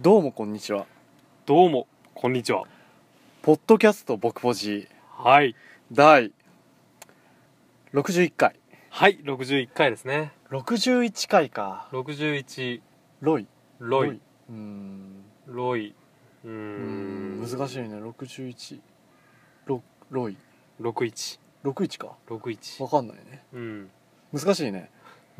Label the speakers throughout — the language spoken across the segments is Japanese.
Speaker 1: どうもこんにちは
Speaker 2: どうもこんにちは
Speaker 1: ポッドキャスト僕ポジ
Speaker 2: はい
Speaker 1: 第61回
Speaker 2: はい61回ですね
Speaker 1: 61回か
Speaker 2: 61
Speaker 1: ロイ
Speaker 2: ロイロイ
Speaker 1: うーん
Speaker 2: うー
Speaker 1: うー
Speaker 2: ん
Speaker 1: ん難しいね61ロロイ
Speaker 2: 6161
Speaker 1: 61かわかんないね
Speaker 2: うん
Speaker 1: 難しいね、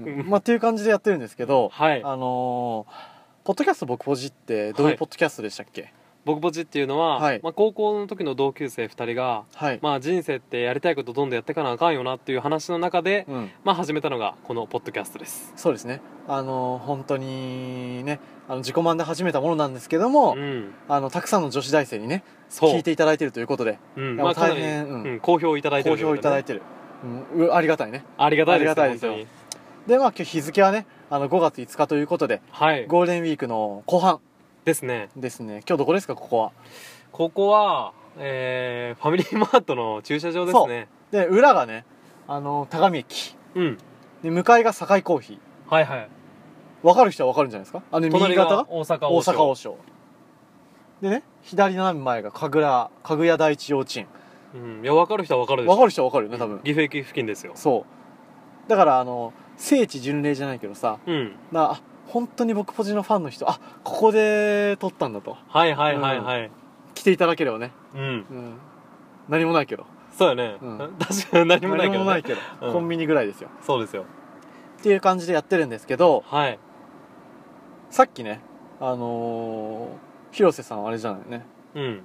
Speaker 2: うん
Speaker 1: まあっていう感じでやってるんですけど、
Speaker 2: はい
Speaker 1: あのーポッドキャスト僕ポジってどういうポッドキャストでしたっけ
Speaker 2: 僕ぼちっていうのは、
Speaker 1: はい
Speaker 2: まあ、高校の時の同級生2人が
Speaker 1: はい、
Speaker 2: まあ人生ってやりたいことどんどんやってかなあかんよなっていう話の中で、
Speaker 1: うん
Speaker 2: まあ始めたのがこのポッドキャストです
Speaker 1: そうですねあのー本当にねあの自己満で始めたものなんですけども、
Speaker 2: うん
Speaker 1: あのたくさんの女子大生にね
Speaker 2: そう
Speaker 1: 聞いていただいてるということで
Speaker 2: うん
Speaker 1: いや
Speaker 2: まあ、かな
Speaker 1: 大
Speaker 2: り、
Speaker 1: 変
Speaker 2: う
Speaker 1: うん
Speaker 2: ん好評いただいて
Speaker 1: 好
Speaker 2: ると
Speaker 1: 評
Speaker 2: う
Speaker 1: い
Speaker 2: こと
Speaker 1: た
Speaker 2: で
Speaker 1: だい
Speaker 2: ね
Speaker 1: てる、うんうありがたいね
Speaker 2: ありがたいです
Speaker 1: ありがたいですよ
Speaker 2: 本当に
Speaker 1: でまあ今日日付はねあの5月5日ということで
Speaker 2: はい
Speaker 1: ゴールデンウィークの後半
Speaker 2: ですね
Speaker 1: ですね今日どこですかここは
Speaker 2: ここは、えー、ファミリーマートの駐車場ですね
Speaker 1: で裏がねあの田上駅
Speaker 2: うん
Speaker 1: で向かいが堺コーヒ
Speaker 2: はいはい
Speaker 1: ーわかる人はわかるんじゃないですかあの右
Speaker 2: 隣
Speaker 1: 肩が
Speaker 2: が大阪
Speaker 1: 大
Speaker 2: 王将
Speaker 1: 阪王将でね左斜め前が神楽神楽第一幼稚園
Speaker 2: うんいや分かる人は分かるでしょ
Speaker 1: わかる人はわかるよね多分
Speaker 2: 岐阜駅付近ですよ
Speaker 1: そうだからあの聖地巡礼じゃないけどさ
Speaker 2: うん
Speaker 1: なあ本当に僕ポジのファンの人あここで撮ったんだと
Speaker 2: はいはいはいはい
Speaker 1: 来ていただければね、
Speaker 2: うん、
Speaker 1: うん、何もないけど
Speaker 2: そうよね、
Speaker 1: うん
Speaker 2: 確かに何もないけど、ね、
Speaker 1: けど、
Speaker 2: うん
Speaker 1: コンビニぐらいですよ
Speaker 2: そうですよ
Speaker 1: っていう感じでやってるんですけど
Speaker 2: はい
Speaker 1: さっきねあのー広瀬さんはあれじゃないね
Speaker 2: うん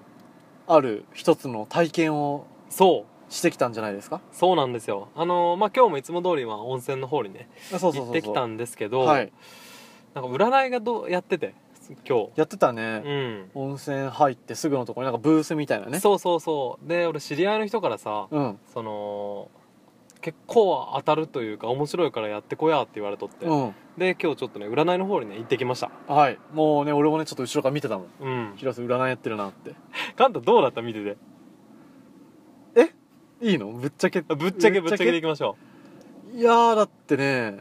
Speaker 1: ある一つの体験を
Speaker 2: そう
Speaker 1: してきたんじゃないですか
Speaker 2: そうなんですよあのーまあ今日もいつも通りは温泉の方にね
Speaker 1: あそうそうそうそう
Speaker 2: 行ってきたんですけど、
Speaker 1: はい
Speaker 2: なんか占いがどうやってて今
Speaker 1: やってた
Speaker 2: 日
Speaker 1: ね、
Speaker 2: うん、
Speaker 1: 温泉入ってすぐのところになんかブースみたいなね
Speaker 2: そうそうそうで俺知り合いの人からさ、
Speaker 1: うん
Speaker 2: その結構当たるというか面白いからやってこやって言われとって、
Speaker 1: うん
Speaker 2: で今日ちょっとね占いの方にね行ってきました
Speaker 1: はいもうね俺もねちょっと後ろから見てたもん
Speaker 2: うん
Speaker 1: 広瀬占いやってるなって
Speaker 2: カンタどうだった見てて
Speaker 1: いいのぶっちゃけ
Speaker 2: ぶっちゃけぶ
Speaker 1: ぶ
Speaker 2: っ
Speaker 1: っ
Speaker 2: ち
Speaker 1: ち
Speaker 2: ゃ
Speaker 1: ゃ
Speaker 2: け
Speaker 1: け
Speaker 2: でいきましょ
Speaker 1: いやーだってね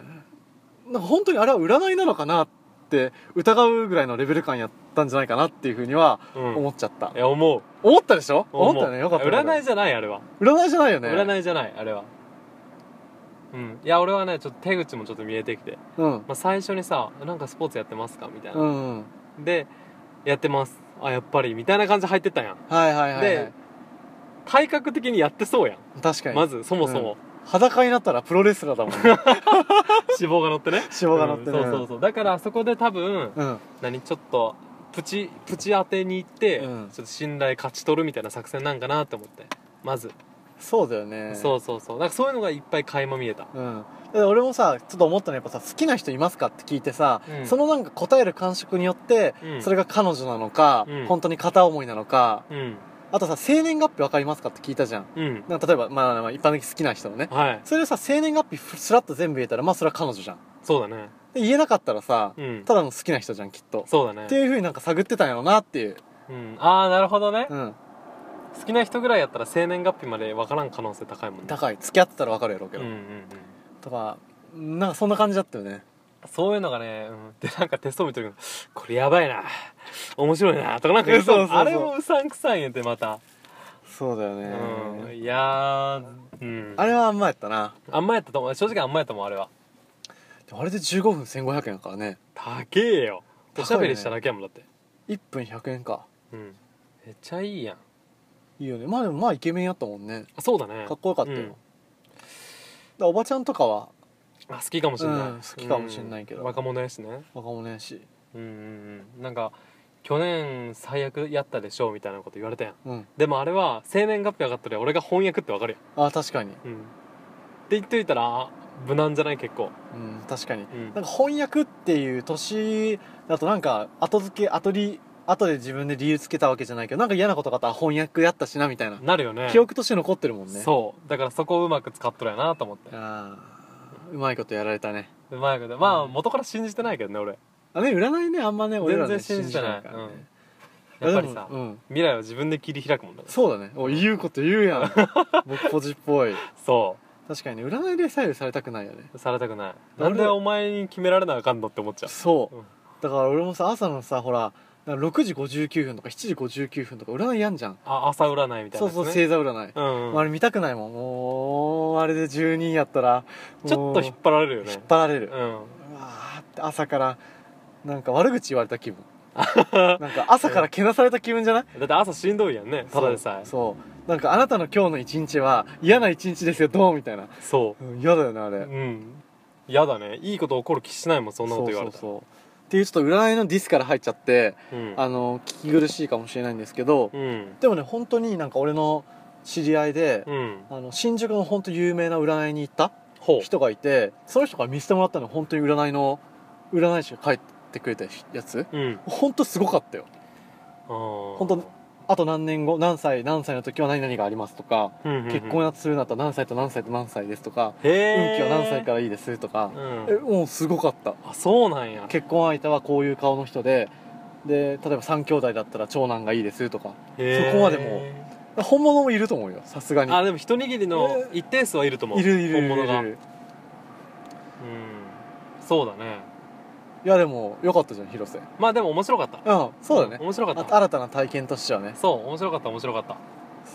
Speaker 1: なんか本当にあれは占いなのかなって疑うぐらいのレベル感やったんじゃないかなっていうふうには
Speaker 2: う、うん、
Speaker 1: 思っちゃった、
Speaker 2: いや思う
Speaker 1: 思ったでしょ
Speaker 2: 思う
Speaker 1: 思ったよねよかったよ
Speaker 2: 占い
Speaker 1: い
Speaker 2: じゃないあれは、
Speaker 1: 占いじゃないよねい
Speaker 2: 占いじゃないあれはうんいや俺はねちょっと手口もちょっと見えてきて、
Speaker 1: うん
Speaker 2: まあ、最初にさ「なんかスポーツやってますか?」みたいうな、
Speaker 1: んうん
Speaker 2: で「やってます」あやっぱりみたいな感じで入ってったやん
Speaker 1: はいはいはい、は
Speaker 2: で
Speaker 1: い、
Speaker 2: 体格的にやってそうやん、
Speaker 1: 確かに
Speaker 2: まずそもそも、
Speaker 1: 裸になったらプロレスラーだ もんね
Speaker 2: 脂肪が乗ってね
Speaker 1: 脂肪が乗ってね
Speaker 2: うんそうそうそうだからそこで多分
Speaker 1: うん
Speaker 2: 何ちょっとプチプチ当てに行って、
Speaker 1: うん
Speaker 2: ちょっと信頼勝ち取るみたいな作戦なんかなと思ってまず、
Speaker 1: そうだよね
Speaker 2: そうそうそうなんかそういうのがいっぱい垣間見えた
Speaker 1: うん、だって俺もさちょっと思ったのはやっぱさ好きな人いますかって聞いてさ、
Speaker 2: うん
Speaker 1: そのなんか答える感触によって、
Speaker 2: うん
Speaker 1: それが彼女なのか、
Speaker 2: うん
Speaker 1: 本当に片思いなのか
Speaker 2: うん
Speaker 1: あとさ生年月日分かりますかって聞いたじゃん
Speaker 2: うん
Speaker 1: なんか例えば、まあ、まあ一般的に好きな人のね
Speaker 2: はい
Speaker 1: それでさ生年月日スラッと全部言えたらまあそれは彼女じゃん
Speaker 2: そうだね
Speaker 1: で言えなかったらさ、
Speaker 2: うん
Speaker 1: ただの好きな人じゃんきっと、
Speaker 2: そうだね
Speaker 1: っていうふうになんか探ってたんやろうなっていう
Speaker 2: うん、ああなるほどね、
Speaker 1: うん
Speaker 2: 好きな人ぐらいやったら生年月日まで分からん可能性高いもんね
Speaker 1: 高い付き合ってたら分かるやろうけ
Speaker 2: うん
Speaker 1: ど、
Speaker 2: うんうん
Speaker 1: とかなんかそんな感じだったよね
Speaker 2: そういうのがね、うん、でなんかテスト見てるこれやばいな面白いなとかなんか言うと
Speaker 1: そうそうそう
Speaker 2: あれもうさんくさいんやってまた、
Speaker 1: そうだよね、
Speaker 2: うんいやーうん
Speaker 1: あれはあんまやったな
Speaker 2: あんまやったと思う正直あんまやったもんあれは
Speaker 1: でもあれで15分1500円だからね
Speaker 2: 高えよ
Speaker 1: 高いね
Speaker 2: おしゃべりしただけやもんだって
Speaker 1: 1分100円か
Speaker 2: うんめっちゃいいやん
Speaker 1: いいよねまあでもまあイケメンやったもんね
Speaker 2: あそうだね
Speaker 1: かっこよかったよ、
Speaker 2: うん
Speaker 1: だからおばちゃんとかは
Speaker 2: あ好きかもしんない、
Speaker 1: うん好きかもしんないけど
Speaker 2: うん若者やしね
Speaker 1: 若者やし
Speaker 2: うんうんうんなんか去年最悪やったでしょみたいなこと言われたやん
Speaker 1: うん
Speaker 2: でもあれは生年月日上がったら俺が翻訳ってわかる
Speaker 1: ああ確かに
Speaker 2: やん、うん、って言っといたらあ無難じゃない結構
Speaker 1: うん確かに
Speaker 2: うん
Speaker 1: なんか翻訳っていう年だとなんか後付け後り後で自分で理由つけたわけじゃないけどなんか嫌なことがあったら翻訳やったしなみたいな、
Speaker 2: なるよね
Speaker 1: 記憶として残ってるもんねう
Speaker 2: そうだからそこをうまく使っとるやなと思って
Speaker 1: あーうまいことやられたね
Speaker 2: うまいことまあ
Speaker 1: うん
Speaker 2: 元から信じてないけどね俺
Speaker 1: あね占いねあんまね俺らね
Speaker 2: 全然信じてない
Speaker 1: 信からね
Speaker 2: やっぱりさ
Speaker 1: いやでもうん
Speaker 2: 未来は自分で切り開くもんだね
Speaker 1: そうだねおい言うこと言う やん僕ポジっぽい
Speaker 2: そ
Speaker 1: 確かにね占いで左右されたくないよね
Speaker 2: うされたくない
Speaker 1: な
Speaker 2: なんん
Speaker 1: で
Speaker 2: でお前に決められなあかんのって思っちゃう
Speaker 1: そう
Speaker 2: うん
Speaker 1: だから俺もさ朝のさほらだから6時59分とか7時59分とか占いやんじゃん、
Speaker 2: あ朝占いみたいな
Speaker 1: そう
Speaker 2: やつね
Speaker 1: そう星座占い、
Speaker 2: うんうん
Speaker 1: あれ見たくないもんもうあれで10人やったらもう
Speaker 2: ちょっと引っ張られるよね
Speaker 1: 引っ張られる、
Speaker 2: うん
Speaker 1: うわーって朝からなんか悪口言われた 気分なんか朝からけなされた気分じゃない
Speaker 2: だって朝しんどいやんねただでさえ
Speaker 1: そうそうなんかあなたの今日の一日は嫌な一日ですよどうみたいな
Speaker 2: そ
Speaker 1: うん嫌だよねあれ、
Speaker 2: ううん嫌だねいいこと起こる気しないもんそんなこと言われたら
Speaker 1: そうそうそうっていうちょっと占いのディスから入っちゃって、
Speaker 2: うん
Speaker 1: あの聞き苦しいかもしれないんですけど、
Speaker 2: うん
Speaker 1: でもね本当になんか俺の知り合いで、
Speaker 2: うん
Speaker 1: あの新宿の本当有名な占いに行った
Speaker 2: ほう
Speaker 1: 人がいてその人から見せてもらったの本当に占いの占い師が書いてくれたやつ
Speaker 2: うん
Speaker 1: 本当すごかったよ
Speaker 2: ほ
Speaker 1: 本当あと何年後何歳何歳の時は何々がありますとか、結婚
Speaker 2: や
Speaker 1: やするんだったら何歳と何歳と何歳ですとか、
Speaker 2: へえ
Speaker 1: 運気は何歳からいいですとか、え
Speaker 2: うん
Speaker 1: もうすごかった
Speaker 2: あそうなんや
Speaker 1: 結婚相手はこういう顔の人でで例えば3兄弟だったら長男がいいですとか
Speaker 2: へー
Speaker 1: そこまでも本物もいると思うよさすがに
Speaker 2: あでも一握りの一定数はいると思う
Speaker 1: いるいるいるいる
Speaker 2: 本物がう
Speaker 1: い
Speaker 2: ん
Speaker 1: る
Speaker 2: そうだね
Speaker 1: いやでもよかったじゃん広瀬うん
Speaker 2: まあでも面白かった
Speaker 1: そうだね
Speaker 2: 面白か
Speaker 1: あ
Speaker 2: った
Speaker 1: 新たな体験としてはね
Speaker 2: そう面白かった面白かった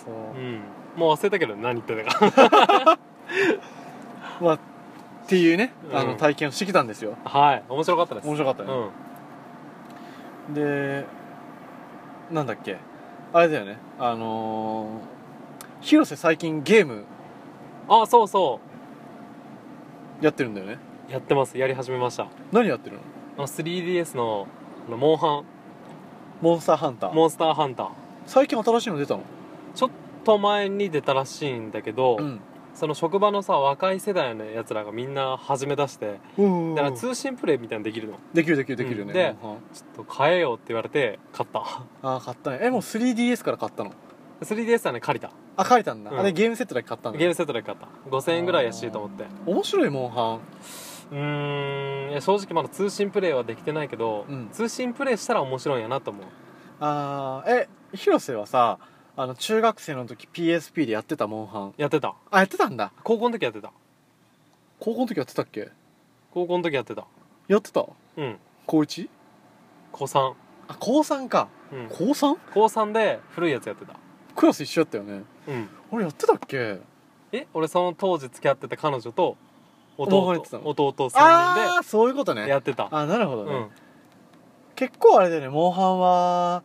Speaker 1: そうう、
Speaker 2: んもう忘れたけど何言ってたか
Speaker 1: まあっていうね、あ
Speaker 2: う
Speaker 1: の
Speaker 2: ん
Speaker 1: 体験をしてきたんですよ
Speaker 2: はい面白かったです
Speaker 1: 面白かったね、
Speaker 2: うん
Speaker 1: でなんだっけあれだよねあのー、広瀬最近ゲーム
Speaker 2: あそうそ
Speaker 1: やってるんだよね
Speaker 2: うやってますやり始めました
Speaker 1: 何やってるの
Speaker 2: あの 3DS のあのモンハ
Speaker 1: モンスターハンタ
Speaker 2: ン
Speaker 1: ー
Speaker 2: モンスターハンター
Speaker 1: 最近新しいの出たの
Speaker 2: ちょっと前に出たらしいんだけど、
Speaker 1: うん
Speaker 2: その職場のさ若い世代のやつらがみんな始め出して
Speaker 1: うん
Speaker 2: だから通信プレイみたいなのできるの
Speaker 1: できるできるできる
Speaker 2: うん
Speaker 1: ね、
Speaker 2: で
Speaker 1: モンハン
Speaker 2: ちょっと買えよって言われて買った
Speaker 1: ああ買ったねえもう 3DS から買ったの
Speaker 2: 3DS はね借りた
Speaker 1: あ借りたんだ、
Speaker 2: うん
Speaker 1: あれゲームセットだけ買ったんだ
Speaker 2: ゲームセットで買った5000円ぐらいやしと思って
Speaker 1: 面白いモンハ
Speaker 2: うーんいや正直まだ通信プレイはできてないけど、
Speaker 1: うん
Speaker 2: 通信プレイしたら面白いんやなと思う
Speaker 1: ンあーえ広瀬はさあの中学生の時 PSP でやってたモンハン
Speaker 2: やってた
Speaker 1: あやってたんだ
Speaker 2: 高校の時やってた
Speaker 1: 高校の時やってたっけ
Speaker 2: 高校の時やってた
Speaker 1: やってた
Speaker 2: うん
Speaker 1: 高 1?
Speaker 2: 高3、
Speaker 1: あ高3か
Speaker 2: うん、
Speaker 1: 高 3?
Speaker 2: 高3で古いやつやってた
Speaker 1: クラス一緒やったよね
Speaker 2: うん
Speaker 1: 俺やってたっけ
Speaker 2: え俺その当時付き合ってた彼女と
Speaker 1: もう
Speaker 2: 弟
Speaker 1: 入ってたの
Speaker 2: 弟3
Speaker 1: あ
Speaker 2: 人
Speaker 1: あそういうこと
Speaker 2: で
Speaker 1: ね
Speaker 2: やってた
Speaker 1: あなるほ
Speaker 2: う
Speaker 1: どね、
Speaker 2: ん
Speaker 1: 結構あれだよねモンハンは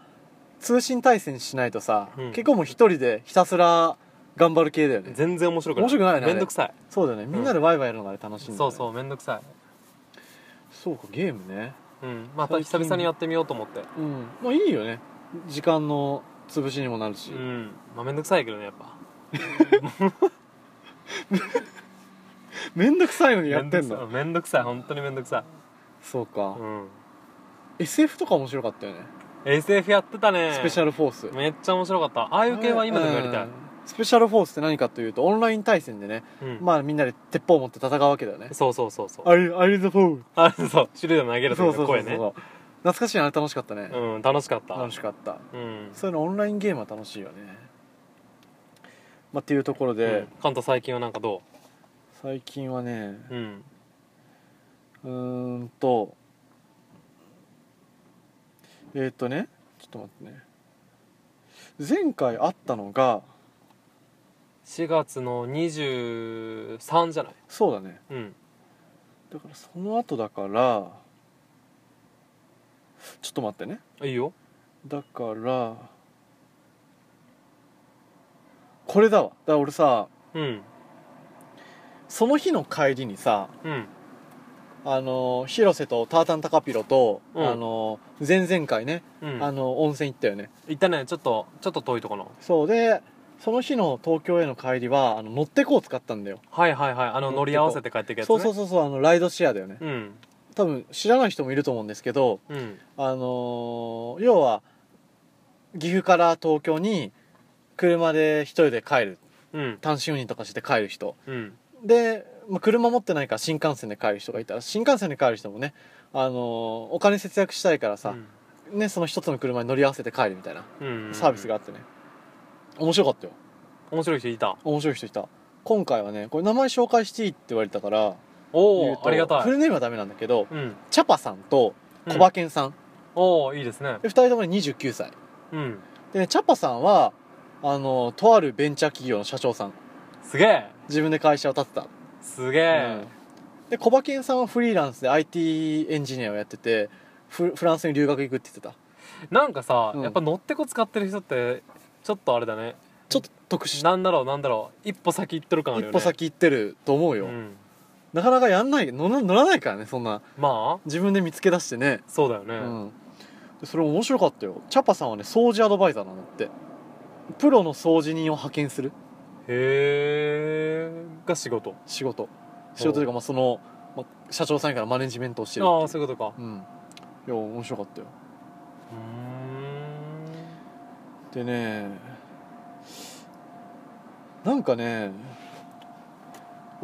Speaker 1: 通信対戦しないとさ、
Speaker 2: うん
Speaker 1: 結構もう一人でひたすら頑張る系だよね
Speaker 2: 全然面白くない
Speaker 1: 面白くないねあれ
Speaker 2: めんどくさい
Speaker 1: そうだよねみんなでワイワイやるのがあれ楽しいんだ、ね
Speaker 2: そうそううめんどくさい
Speaker 1: そうかゲームね
Speaker 2: うんまた久々にやってみようと思って
Speaker 1: うんまあいいよね時間の潰しにもなるし、
Speaker 2: うんまあめんどくさいけどねやっぱ
Speaker 1: めんどくさいのにやってん
Speaker 2: めどくさ
Speaker 1: だ
Speaker 2: いめんどくさい本当にめんどくさ
Speaker 1: そう
Speaker 2: い
Speaker 1: か、
Speaker 2: うん
Speaker 1: SF とか面白かったよね、
Speaker 2: SF やってたね
Speaker 1: スペシャルフォース
Speaker 2: めっちゃ面白かったああいう系は今でもやりたい
Speaker 1: うんスペシャルフォースって何かというとオンライン対戦でね、
Speaker 2: うん
Speaker 1: まあみんなで鉄砲を持って戦うわけだよね
Speaker 2: そうそうそうそう
Speaker 1: あれあれザフォー
Speaker 2: あ そう手榴弾投げる
Speaker 1: そう
Speaker 2: 時
Speaker 1: そうそ
Speaker 2: の
Speaker 1: う
Speaker 2: 声
Speaker 1: そう
Speaker 2: ね
Speaker 1: 懐かしいなあれ楽しかったね、
Speaker 2: うん楽しかった
Speaker 1: 楽しかった
Speaker 2: うん
Speaker 1: そういうのオンラインゲームは楽しいよねまあっていうところで、
Speaker 2: うんカンタ最近はなんかど
Speaker 1: 最近はね
Speaker 2: ううん
Speaker 1: うーんとえーっ、とねちょっと待ってね前回あったのが
Speaker 2: 4月の23じゃない
Speaker 1: そうだね
Speaker 2: うん
Speaker 1: だからその後だからちょっと待ってね
Speaker 2: いいよ
Speaker 1: だからこれだわだから俺さ
Speaker 2: うん
Speaker 1: その日の帰りにさ
Speaker 2: うん
Speaker 1: あの広瀬とタータンタカピロと、
Speaker 2: うん
Speaker 1: あの前々回ね、
Speaker 2: うん
Speaker 1: あの温泉行ったよね
Speaker 2: 行ったねちょっとちょっと遠いとこの
Speaker 1: そうでその日の東京への帰りはあの乗ってこう使ったんだよ、
Speaker 2: はいはいはいあの乗り合わせて帰っていくやつ
Speaker 1: そ
Speaker 2: ね
Speaker 1: うそう
Speaker 2: そ
Speaker 1: そうそうあのライドシェアだよね
Speaker 2: うん
Speaker 1: 多分知らない人もいると思うんですけど
Speaker 2: うん
Speaker 1: あのー要は岐阜から東京に車で一人で帰る
Speaker 2: うん
Speaker 1: 単身赴任とかして帰る人
Speaker 2: うん
Speaker 1: で、まあ、車持ってないから新幹線で帰る人がいたら新幹線で帰る人もね、あのーお金節約したいからさ、ね、その一つの車に乗り合わせて帰るみたいな
Speaker 2: うん
Speaker 1: サービスがあってね、面白かったよ
Speaker 2: 面白い人いた
Speaker 1: 面白い人いた今回はねこれ名前紹介していいって言われたから
Speaker 2: お
Speaker 1: 言う
Speaker 2: お
Speaker 1: と
Speaker 2: ありがた
Speaker 1: フ
Speaker 2: い
Speaker 1: ルネームはダメなんだけど
Speaker 2: うん
Speaker 1: チャパさんと
Speaker 2: うん
Speaker 1: コバケンさん、
Speaker 2: おおいいですね
Speaker 1: で2人ともね29歳
Speaker 2: うん
Speaker 1: でねチャパさんはあのとあるベンチャー企業の社長さん
Speaker 2: すげえ
Speaker 1: 自分で会社を建てた、
Speaker 2: すげえ、
Speaker 1: うんでコバケンさんはフリーランスで IT エンジニアをやっててフフランスに留学行くって言ってた
Speaker 2: なんかさ、
Speaker 1: うん
Speaker 2: やっぱ乗ってこ使ってる人ってちょっとあれだね
Speaker 1: ちょっと特殊
Speaker 2: なんだろうなんだろう一歩先行っとる感あるよ
Speaker 1: 一
Speaker 2: ね
Speaker 1: 歩先行ってると思うよ、
Speaker 2: うん、
Speaker 1: なかなかやんない乗ら乗らないからねそんな
Speaker 2: まあ
Speaker 1: 自分で見つけ出してね、
Speaker 2: そうだよね、
Speaker 1: うんでそれ面白かったよチャパさんはね掃除アドバイザーなんだってプロの掃除人を派遣する
Speaker 2: へえが仕事
Speaker 1: 仕事仕事というかまあその、まあ、社長さんからマネジメントをしてる
Speaker 2: ああそういうことか
Speaker 1: うんいや面白かったよ
Speaker 2: うーん
Speaker 1: でねなんかね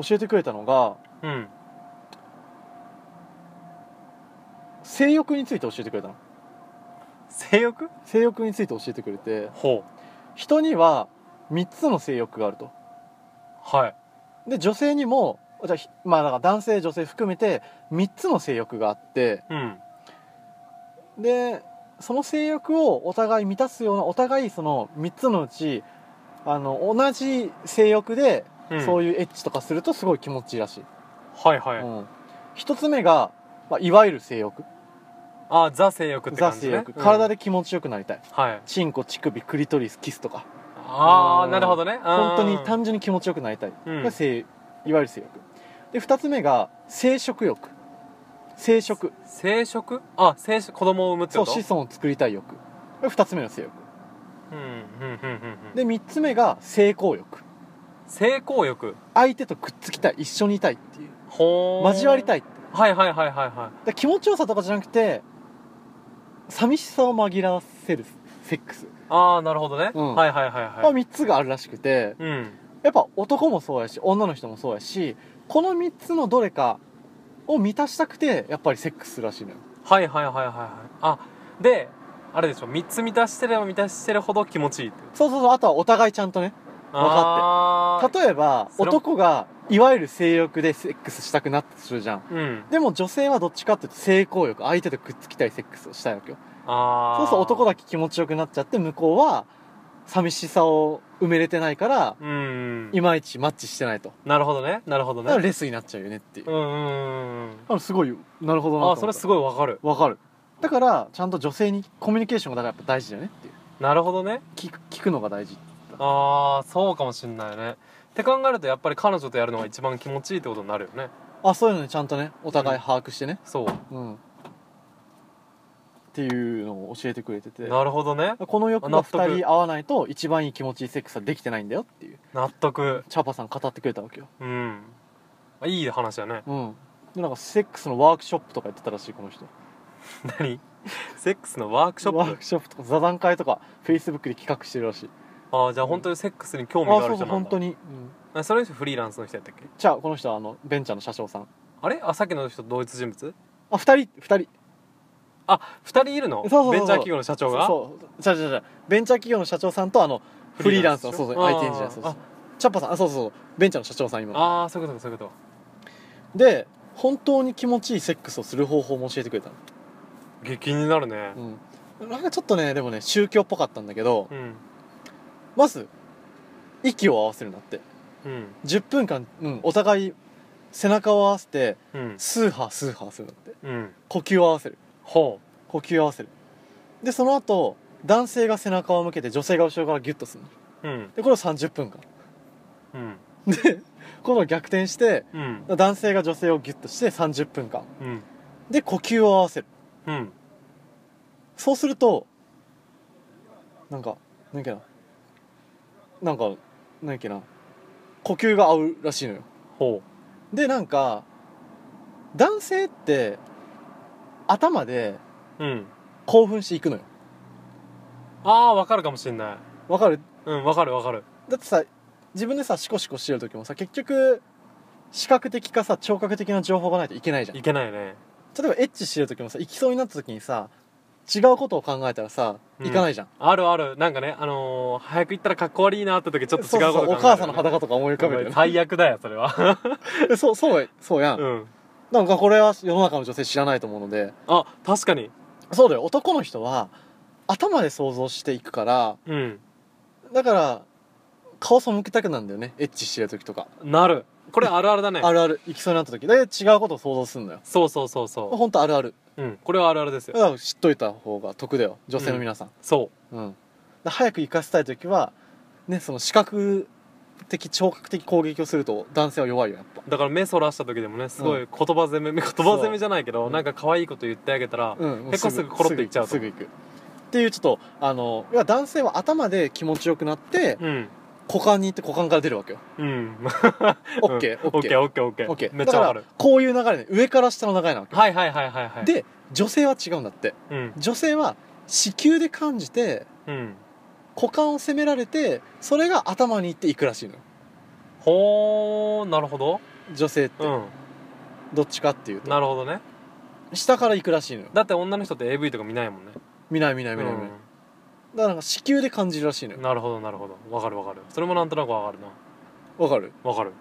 Speaker 1: 教えてくれたのが
Speaker 2: うん
Speaker 1: 性欲について教えてくれたの
Speaker 2: 性欲
Speaker 1: 性欲について教えてくれて
Speaker 2: ほ
Speaker 1: 人には3つの性欲があると
Speaker 2: うはい
Speaker 1: で女性にもじゃあひまあだから男性女性含めて3つの性欲があって
Speaker 2: うん
Speaker 1: でその性欲をお互い満たすようなお互いその3つのうちあの同じ性欲で
Speaker 2: うん
Speaker 1: そういうエッチとかするとすごい気持ちいいらしい、
Speaker 2: はいはい、
Speaker 1: うん一つ目が、まあ、いわゆる性欲
Speaker 2: ああザ性欲って
Speaker 1: ザ
Speaker 2: 感じ
Speaker 1: 性
Speaker 2: ね
Speaker 1: 欲、体
Speaker 2: で、
Speaker 1: で気持ちよくなりたい
Speaker 2: うんはい
Speaker 1: チンコ乳首クリトリスキスとか
Speaker 2: ああ
Speaker 1: うん
Speaker 2: なるほどね
Speaker 1: 本当に
Speaker 2: 単
Speaker 1: 単純に気持ちよくなりたい、
Speaker 2: うん
Speaker 1: が性いわゆる性欲で二つ目が生殖欲生殖
Speaker 2: 生殖あ生殖子供を産むって
Speaker 1: そ
Speaker 2: こ
Speaker 1: う
Speaker 2: と
Speaker 1: 子孫を作りたい欲が二つ目の性欲
Speaker 2: うんうんうんうんうん
Speaker 1: で三つ目が性交欲
Speaker 2: 性交欲
Speaker 1: 相手とくっつきたい一緒にいたいっていう
Speaker 2: ほー
Speaker 1: 交わりたいって
Speaker 2: はいはいはいはいは
Speaker 1: で気持ちよさとかじゃなくて寂しさを紛らわせるセックス、
Speaker 2: いああなるほどね、
Speaker 1: うん
Speaker 2: はいはいはい
Speaker 1: まあ、
Speaker 2: はい
Speaker 1: 3つがあるらしくて
Speaker 2: うん
Speaker 1: やっぱ男もそうやし女の人もそうやしこの3つのどれかを満たしたくてやっぱりセックスするらしいのよ
Speaker 2: はいはいはいはいはいあであれでしょ3つ満たしてれば満たしてるほど気持ちいいって
Speaker 1: そうそうそうあとはお互いちゃんとね
Speaker 2: か
Speaker 1: 例えば
Speaker 2: それも
Speaker 1: 男がいわゆる性欲でセックスしたくなってするじゃん
Speaker 2: てうん
Speaker 1: でも女性はどっちかっていうと性交欲相手とくっつきたいセックスをしたいわけよ
Speaker 2: ああ
Speaker 1: そうすると男だ
Speaker 2: け
Speaker 1: け気持ちよくなっちゃって向こうは寂しさを埋めれてないから
Speaker 2: うん
Speaker 1: いまいちマッチしてないと
Speaker 2: なるほどねなるほど
Speaker 1: だから
Speaker 2: ね
Speaker 1: レスになっちゃうよねっていう
Speaker 2: う、んうんうん
Speaker 1: あすごいよなるほどなと思
Speaker 2: あ
Speaker 1: っ
Speaker 2: ー
Speaker 1: た
Speaker 2: それすごいわかる
Speaker 1: わかるだからちゃんと女性にコミュニケーションがだからやっぱ大事だよねっていう
Speaker 2: なるほどね
Speaker 1: 聞く聞くのが大事
Speaker 2: ああそうかもしんないねって考えるとやっぱり彼女とやるのが一番気持ちいいってことになるよね
Speaker 1: あそういうのねちゃんとねお互い把握してね
Speaker 2: そう
Speaker 1: うん、っていうのを教えてくれてて
Speaker 2: なるほどね
Speaker 1: この欲が
Speaker 2: 納得
Speaker 1: 2人合わないと一番いい気持ちいいセックスはできてないんだよっていう
Speaker 2: 納得
Speaker 1: チャパさん語ってくれたわけよ
Speaker 2: うんあいい話だね
Speaker 1: うんでなんかセックスのワークショップとかやってたらしいこの人
Speaker 2: 何セックスのワークショ
Speaker 1: ワ
Speaker 2: ッ
Speaker 1: ー
Speaker 2: プ
Speaker 1: クショップとか座談会とかフェイスブックで企画してるらしい
Speaker 2: ああじゃあ本当にセックスに興
Speaker 1: あ
Speaker 2: 味があ
Speaker 1: そ
Speaker 2: る
Speaker 1: うそ
Speaker 2: 人
Speaker 1: う
Speaker 2: なん
Speaker 1: 本
Speaker 2: だ
Speaker 1: 当に、うん、
Speaker 2: あそれの人フリーランスの人やったっけ
Speaker 1: じゃあこの人はあのベンチャーの社長さん
Speaker 2: あれあさっきの人同一人物
Speaker 1: あ二人二人
Speaker 2: あ二人いるの
Speaker 1: そうそうそう
Speaker 2: ベンチャー企業の社長が
Speaker 1: そうそうじゃあじゃあじゃあベンチャー企業の社長さんとあのフリーランスのそうそう
Speaker 2: あー
Speaker 1: IT エンジニアそうそうチャッパさんあそうそうそうベンチャーの社長さん今
Speaker 2: ああそういうことかそういうこ
Speaker 1: で本当に気持ちいいセックスをする方法も教えてくれたの
Speaker 2: と激になるね
Speaker 1: うん、なんかちょっとねでもね宗教っぽかったんだけど、
Speaker 2: うん
Speaker 1: まず息を合わせるんだって
Speaker 2: うん
Speaker 1: 10分間、うん、お互い背中を合わせて
Speaker 2: うん
Speaker 1: スーハースーハーするんだって
Speaker 2: うん
Speaker 1: 呼吸を合わせる
Speaker 2: ほ
Speaker 1: 呼吸を合わせるでその後男性が背中を向けて女性が後ろからギュッとするの
Speaker 2: ううん
Speaker 1: でこれを30分間
Speaker 2: うん
Speaker 1: で今度は逆転して
Speaker 2: うん
Speaker 1: 男性が女性をギュッとして30分間
Speaker 2: うん
Speaker 1: で呼吸を合わせる
Speaker 2: うん
Speaker 1: そうするとなんか何やっけななんか何やっけな呼吸が合うらしいのよ
Speaker 2: ほ
Speaker 1: でなんか男性って頭で
Speaker 2: ううん
Speaker 1: 興奮していくのよ
Speaker 2: ああーわかるかもしんない
Speaker 1: わかる
Speaker 2: うんわかるわかる
Speaker 1: だってさ自分でさシコシコしてる時もさ結局視覚的かさ聴覚的な情報がないといけないじゃん
Speaker 2: いけないね
Speaker 1: 例えばエッチしてる時もさ行きそうになった時にさ違うことを考えたらさ
Speaker 2: うん
Speaker 1: 行かないじゃん、
Speaker 2: あるあるなんかねあのー早く行ったらかっこ悪いなって時ちょっと違うこと
Speaker 1: そうそうそうお母さんの裸とか思い浮かべるよね
Speaker 2: 最悪だよそれは
Speaker 1: そうそうやそうやん、
Speaker 2: うん
Speaker 1: なんかこれは世の中の女性知らないと思うので
Speaker 2: あ確かに
Speaker 1: そうだよ男の人は頭で想像していくから
Speaker 2: うん
Speaker 1: だから顔背けたくなんだよねエッチしてる時とか、
Speaker 2: なるこれあるあるだね
Speaker 1: あるある行きそうになった時だけど違うことを想像するのよ
Speaker 2: そうそうそうそ
Speaker 1: ほんとあるある
Speaker 2: う、うん、これはあるあるです
Speaker 1: だ
Speaker 2: よ
Speaker 1: から知っといた方が得だよ女性の皆さん
Speaker 2: そ
Speaker 1: うん、だ早く行かせたい時はねその視覚的聴覚的攻撃をすると男性は弱いよやっぱ
Speaker 2: うだから目そらした時でもねすご
Speaker 1: う
Speaker 2: い言葉攻め、言葉攻めじゃないけど、
Speaker 1: うん
Speaker 2: なんか可愛いこと言ってあげたら、
Speaker 1: うんもう
Speaker 2: 結構すぐコロッと行っちゃうと
Speaker 1: すぐ行くすぐ行くっていうちょっとあの要は男性は頭で気持ちよくなって
Speaker 2: うん
Speaker 1: 股間に行って股間から出るわけよ
Speaker 2: うん
Speaker 1: オッケーオ
Speaker 2: オ
Speaker 1: ッ
Speaker 2: ッ
Speaker 1: ケ
Speaker 2: ケ
Speaker 1: ー
Speaker 2: ーオッケーオッケー
Speaker 1: オッケー
Speaker 2: めっちゃわかる
Speaker 1: こういう流れで上から下の流れなわけ
Speaker 2: はいはいはいはいはい、
Speaker 1: で女性は違うんだって
Speaker 2: うん
Speaker 1: 女性は子宮で感じて
Speaker 2: うん、
Speaker 1: 股間を攻められてそれが頭にいっていくらしいのよ
Speaker 2: ほーなるほど
Speaker 1: 女性って
Speaker 2: う
Speaker 1: どっちかっていうと
Speaker 2: んなるほどね
Speaker 1: 下から行くらしいのよ
Speaker 2: だって女の人って AV とか見ないもんね
Speaker 1: 見ない見ない見ない見ない、だからなんか子宮で感じるらしいの
Speaker 2: う
Speaker 1: よ
Speaker 2: んなるほどなるほどわかるわかるそれもなんとなくわかるな
Speaker 1: わかる
Speaker 2: わかる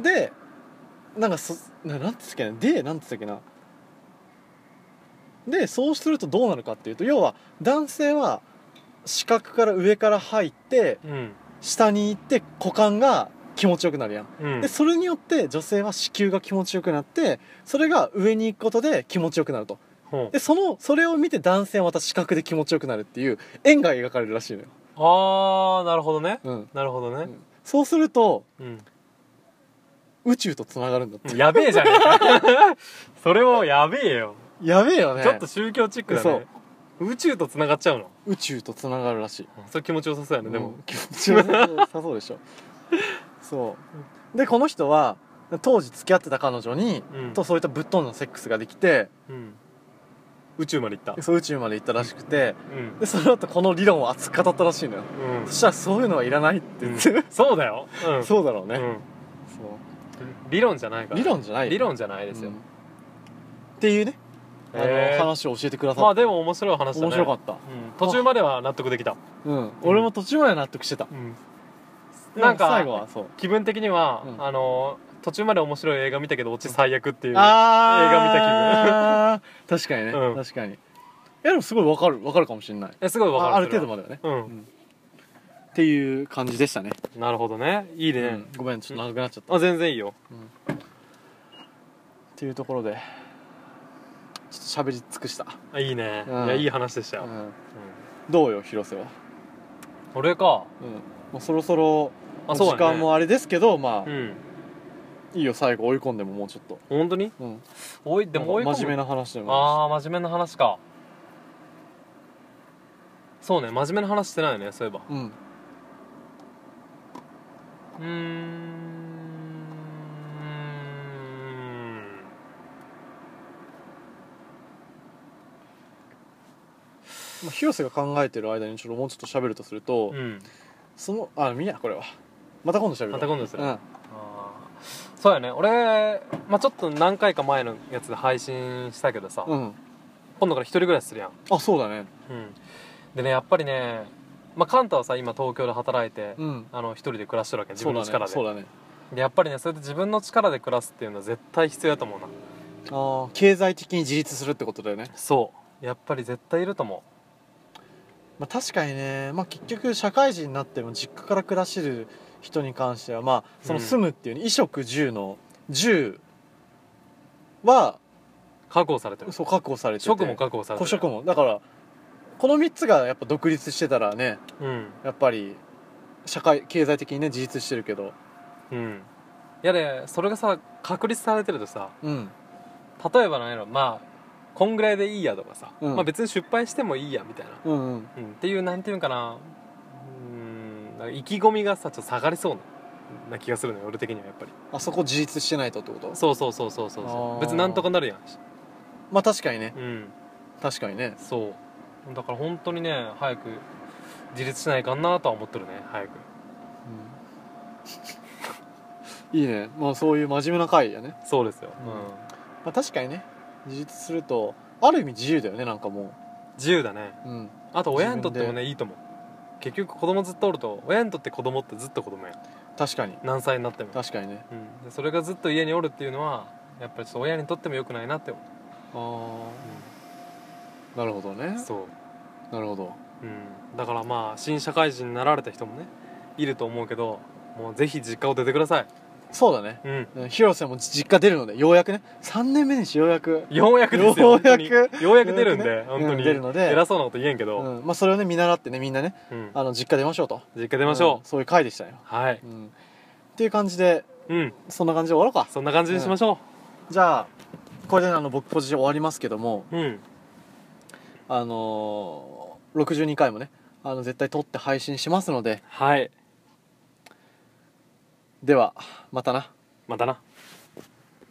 Speaker 1: でなんかそななんて言ったっけなでなんて言ったっけなでそうするとどうなるかっていうと要は男性は視覚から上から入って
Speaker 2: うん
Speaker 1: 下に行って股間が気持ちよくなるやん
Speaker 2: うん
Speaker 1: でそれによって女性は子宮が気持ちよくなってそれが上に行くことで気持ちよくなると
Speaker 2: ほう
Speaker 1: でそのそれを見て男性はまた視覚で気持ちよくなるっていう円が描かれるらしいのよ、
Speaker 2: あーなるほどね
Speaker 1: うん、
Speaker 2: なるほどね
Speaker 1: そうすると
Speaker 2: うん、
Speaker 1: 宇宙とつながるんだって
Speaker 2: やべえじゃねえかそれもやべえよ、
Speaker 1: やべえよね
Speaker 2: ちょっと宗教チックだね宇宙とつながっちゃうの
Speaker 1: 宇宙とつながるらしい
Speaker 2: それ気持ちよさそうやね、で
Speaker 1: う
Speaker 2: も
Speaker 1: ん気持ちよさそうでしょそうでこの人は当時付き合ってた彼女に、
Speaker 2: うん
Speaker 1: とそういったぶっ飛んだセックスができて
Speaker 2: うん宇宙まで行った
Speaker 1: そう宇宙まで行ったらしくて
Speaker 2: うん
Speaker 1: でその後この理論を熱く語ったらしいのよ
Speaker 2: うん
Speaker 1: そしたらそういうのはいらないって言って、
Speaker 2: うんそうだよ、う ん、
Speaker 1: そうだろうね、
Speaker 2: うん
Speaker 1: そう
Speaker 2: 理論じゃないから
Speaker 1: 理論じゃないよ
Speaker 2: 理論じゃないですよ、
Speaker 1: うんっていうねあの、
Speaker 2: へー
Speaker 1: 話を教えてくださ
Speaker 2: まあ
Speaker 1: っ
Speaker 2: でも面白い話
Speaker 1: て
Speaker 2: だね
Speaker 1: 面白かった、
Speaker 2: うん、途中までは納得できた、
Speaker 1: うん俺も途中まで納得してた
Speaker 2: うん、
Speaker 1: でも
Speaker 2: なんか
Speaker 1: 最後はそう
Speaker 2: 気分的には、
Speaker 1: うん
Speaker 2: あの途中まで面白い映画見たけどオチ最悪っていう
Speaker 1: ああ映画見た気分 確かにね、
Speaker 2: うん
Speaker 1: 確かにいやでもすごいわかるわかるかもしれない
Speaker 2: えすごいわかる
Speaker 1: あある程度
Speaker 2: ま
Speaker 1: まではね、
Speaker 2: う
Speaker 1: うん
Speaker 2: ん、
Speaker 1: っていう感じでしたね、
Speaker 2: なるほどねいいね、
Speaker 1: うんごめんちょっと長くなっちゃった、っ
Speaker 2: あ全然いいよ
Speaker 1: ていうところでちょっと喋り尽くした、
Speaker 2: あいいね、
Speaker 1: うん
Speaker 2: いやいい話でしたよ、
Speaker 1: う
Speaker 2: うん
Speaker 1: んどうよ広瀬は、
Speaker 2: 俺か
Speaker 1: うん、もうそろそろ
Speaker 2: あ
Speaker 1: お
Speaker 2: そう
Speaker 1: 時
Speaker 2: だね
Speaker 1: 間もあれですけど、まあ、
Speaker 2: うん
Speaker 1: いいよ最後追い込んでももうちょっと、
Speaker 2: 本当に
Speaker 1: うん、
Speaker 2: おいでも追い込む
Speaker 1: 真面目な話でも
Speaker 2: ああ真面目な話かそうね真面目な話してないねそういえば
Speaker 1: いいしうん
Speaker 2: うーん
Speaker 1: まあ広瀬が考えてる間にちょっともうちょっと喋るとすると、
Speaker 2: うん
Speaker 1: そのあ見やこれはまた今度喋るわ
Speaker 2: また今度する
Speaker 1: うん
Speaker 2: あーそうやね俺、まあ、ちょっと何回か前のやつで配信したけどさ、
Speaker 1: うん、
Speaker 2: 今度から一人暮らしするやん、
Speaker 1: あそうだね
Speaker 2: うん、でねやっぱりね、まあ、カンタはさ今東京で働いて、
Speaker 1: うん
Speaker 2: あの一人で暮らしてるわけ自分の力で,、
Speaker 1: そうだね
Speaker 2: でやっぱりねそれで自分の力で暮らすっていうのは絶対必要やと思うな
Speaker 1: そうだねああ経済的に自立するってことだよね、
Speaker 2: そうやっぱり絶対いると思
Speaker 1: まあ、確かにね、まあ、結局社会人になっても実家から暮らしてる人に関してはまあその
Speaker 2: うん
Speaker 1: 住むっていうね衣食住の住は
Speaker 2: う確保されてる
Speaker 1: そう確保されてて
Speaker 2: 職も確保されて
Speaker 1: 個
Speaker 2: る
Speaker 1: 食もだからこの3つがやっぱ独立してたらね
Speaker 2: うん
Speaker 1: やっぱり社会経済的にね自立してるけど
Speaker 2: うんいやねそれがさ確立されてるとさ
Speaker 1: うん
Speaker 2: 例えば何やろまあこんぐらいでいいやとかさ、
Speaker 1: うん
Speaker 2: まあ別に失敗してもいいやみたいな
Speaker 1: うんうん
Speaker 2: うん、っていうなんていうんかなうーんなんか意気込みがさちょっと下がりそうなな気がするのよ俺的にはやっぱり
Speaker 1: あそこ自立してないとってこと
Speaker 2: そうそうそうそうそう
Speaker 1: あ
Speaker 2: そ
Speaker 1: ー
Speaker 2: う別になんとかなるやん
Speaker 1: まあ確かにね
Speaker 2: うん
Speaker 1: 確かにね
Speaker 2: そうだから本当にね早く自立しないかんなとは思ってるね早く
Speaker 1: うん いいねまあそういう真面目な回やね、
Speaker 2: そうですよ、
Speaker 1: う
Speaker 2: うんん
Speaker 1: まあ、確かにね自立するとある意味自由だよねなんかも
Speaker 2: 自由だね
Speaker 1: ううん
Speaker 2: あと親にとってもねいいと思う結局子供ずっとおると親にとって子供ってずっと子供やん
Speaker 1: 確かに
Speaker 2: 何歳になっても、
Speaker 1: 確かにね
Speaker 2: うん、でそれがずっと家におるっていうのはやっぱりちょっと親にとっても良くないなって思う、
Speaker 1: あーなるほどね
Speaker 2: そう
Speaker 1: なるほど
Speaker 2: うん、だからまあ新社会人になられた人もねいると思うけどもうぜひ実家を出てください、
Speaker 1: そうだね
Speaker 2: うん、
Speaker 1: うん広瀬も実家出るのでようやくね3年目にしようやく、
Speaker 2: ようやくですよ
Speaker 1: ようやく
Speaker 2: 本当にようやく出るんで、
Speaker 1: ようやくね
Speaker 2: 本当に
Speaker 1: うん出るので
Speaker 2: 偉そうなこと言えんけ
Speaker 1: う
Speaker 2: ど、
Speaker 1: んまあ、それをね見習ってねみんなね
Speaker 2: うん
Speaker 1: あの実家出ましょうと
Speaker 2: 実家出ましょ
Speaker 1: んそういう回でしたよ、
Speaker 2: う、はい
Speaker 1: うん、っていう感じで
Speaker 2: うん
Speaker 1: そんな感じで終わろうか
Speaker 2: そんな感じにしましょ
Speaker 1: じゃあこれでねあの僕ポジ終わりますけども
Speaker 2: ううん
Speaker 1: あのー、62回もねあの絶対撮って配信しますので
Speaker 2: はい
Speaker 1: ではまたな
Speaker 2: またな